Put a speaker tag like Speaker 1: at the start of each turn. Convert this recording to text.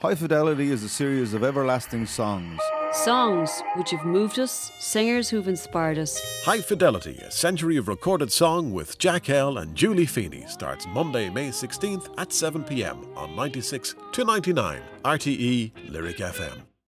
Speaker 1: High Fidelity is a series of everlasting songs.
Speaker 2: Songs which have moved us, singers who've inspired us.
Speaker 3: High Fidelity, a century of recorded song with Jack Hell and Julie Feeney starts Monday, May 16th at 7 pm on 96 to 99 RTE E Lyric FM.